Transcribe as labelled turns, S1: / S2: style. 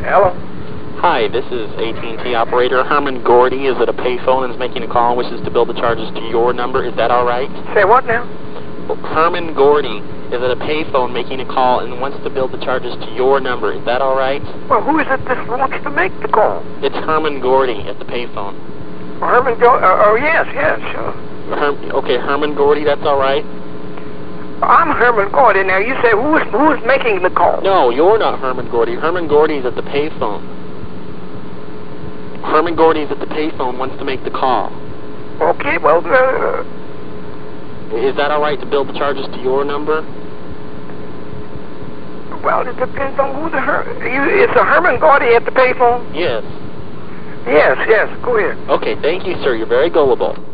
S1: Hello?
S2: Hi, this is AT&T operator Herman Gordy is at a payphone and is making a call and wishes to bill the charges to your number. Is that all right?
S1: Say what now?
S2: Herman Gordy is at a payphone making a call and wants to bill the charges to your number. Is that all right?
S1: Well, who is it that wants to make the call?
S2: It's Herman Gordy at the payphone.
S1: Herman Go- uh, oh, yes, yes. Uh,
S2: Herm- okay, Herman Gordy, that's all right.
S1: I'm Herman Gordy. Now, you say who's, who's making the call?
S2: No, you're not Herman Gordy. Herman Gordy's at the payphone. Herman Gordy's at the payphone wants to make the call.
S1: Okay, well, uh,
S2: Is that all right to bill the charges to your number?
S1: well, it depends on who the Her- you, It's a Herman Gordy at the payphone?
S2: Yes.
S1: Yes, yes. Go ahead.
S2: Okay, thank you, sir. You're very gullible.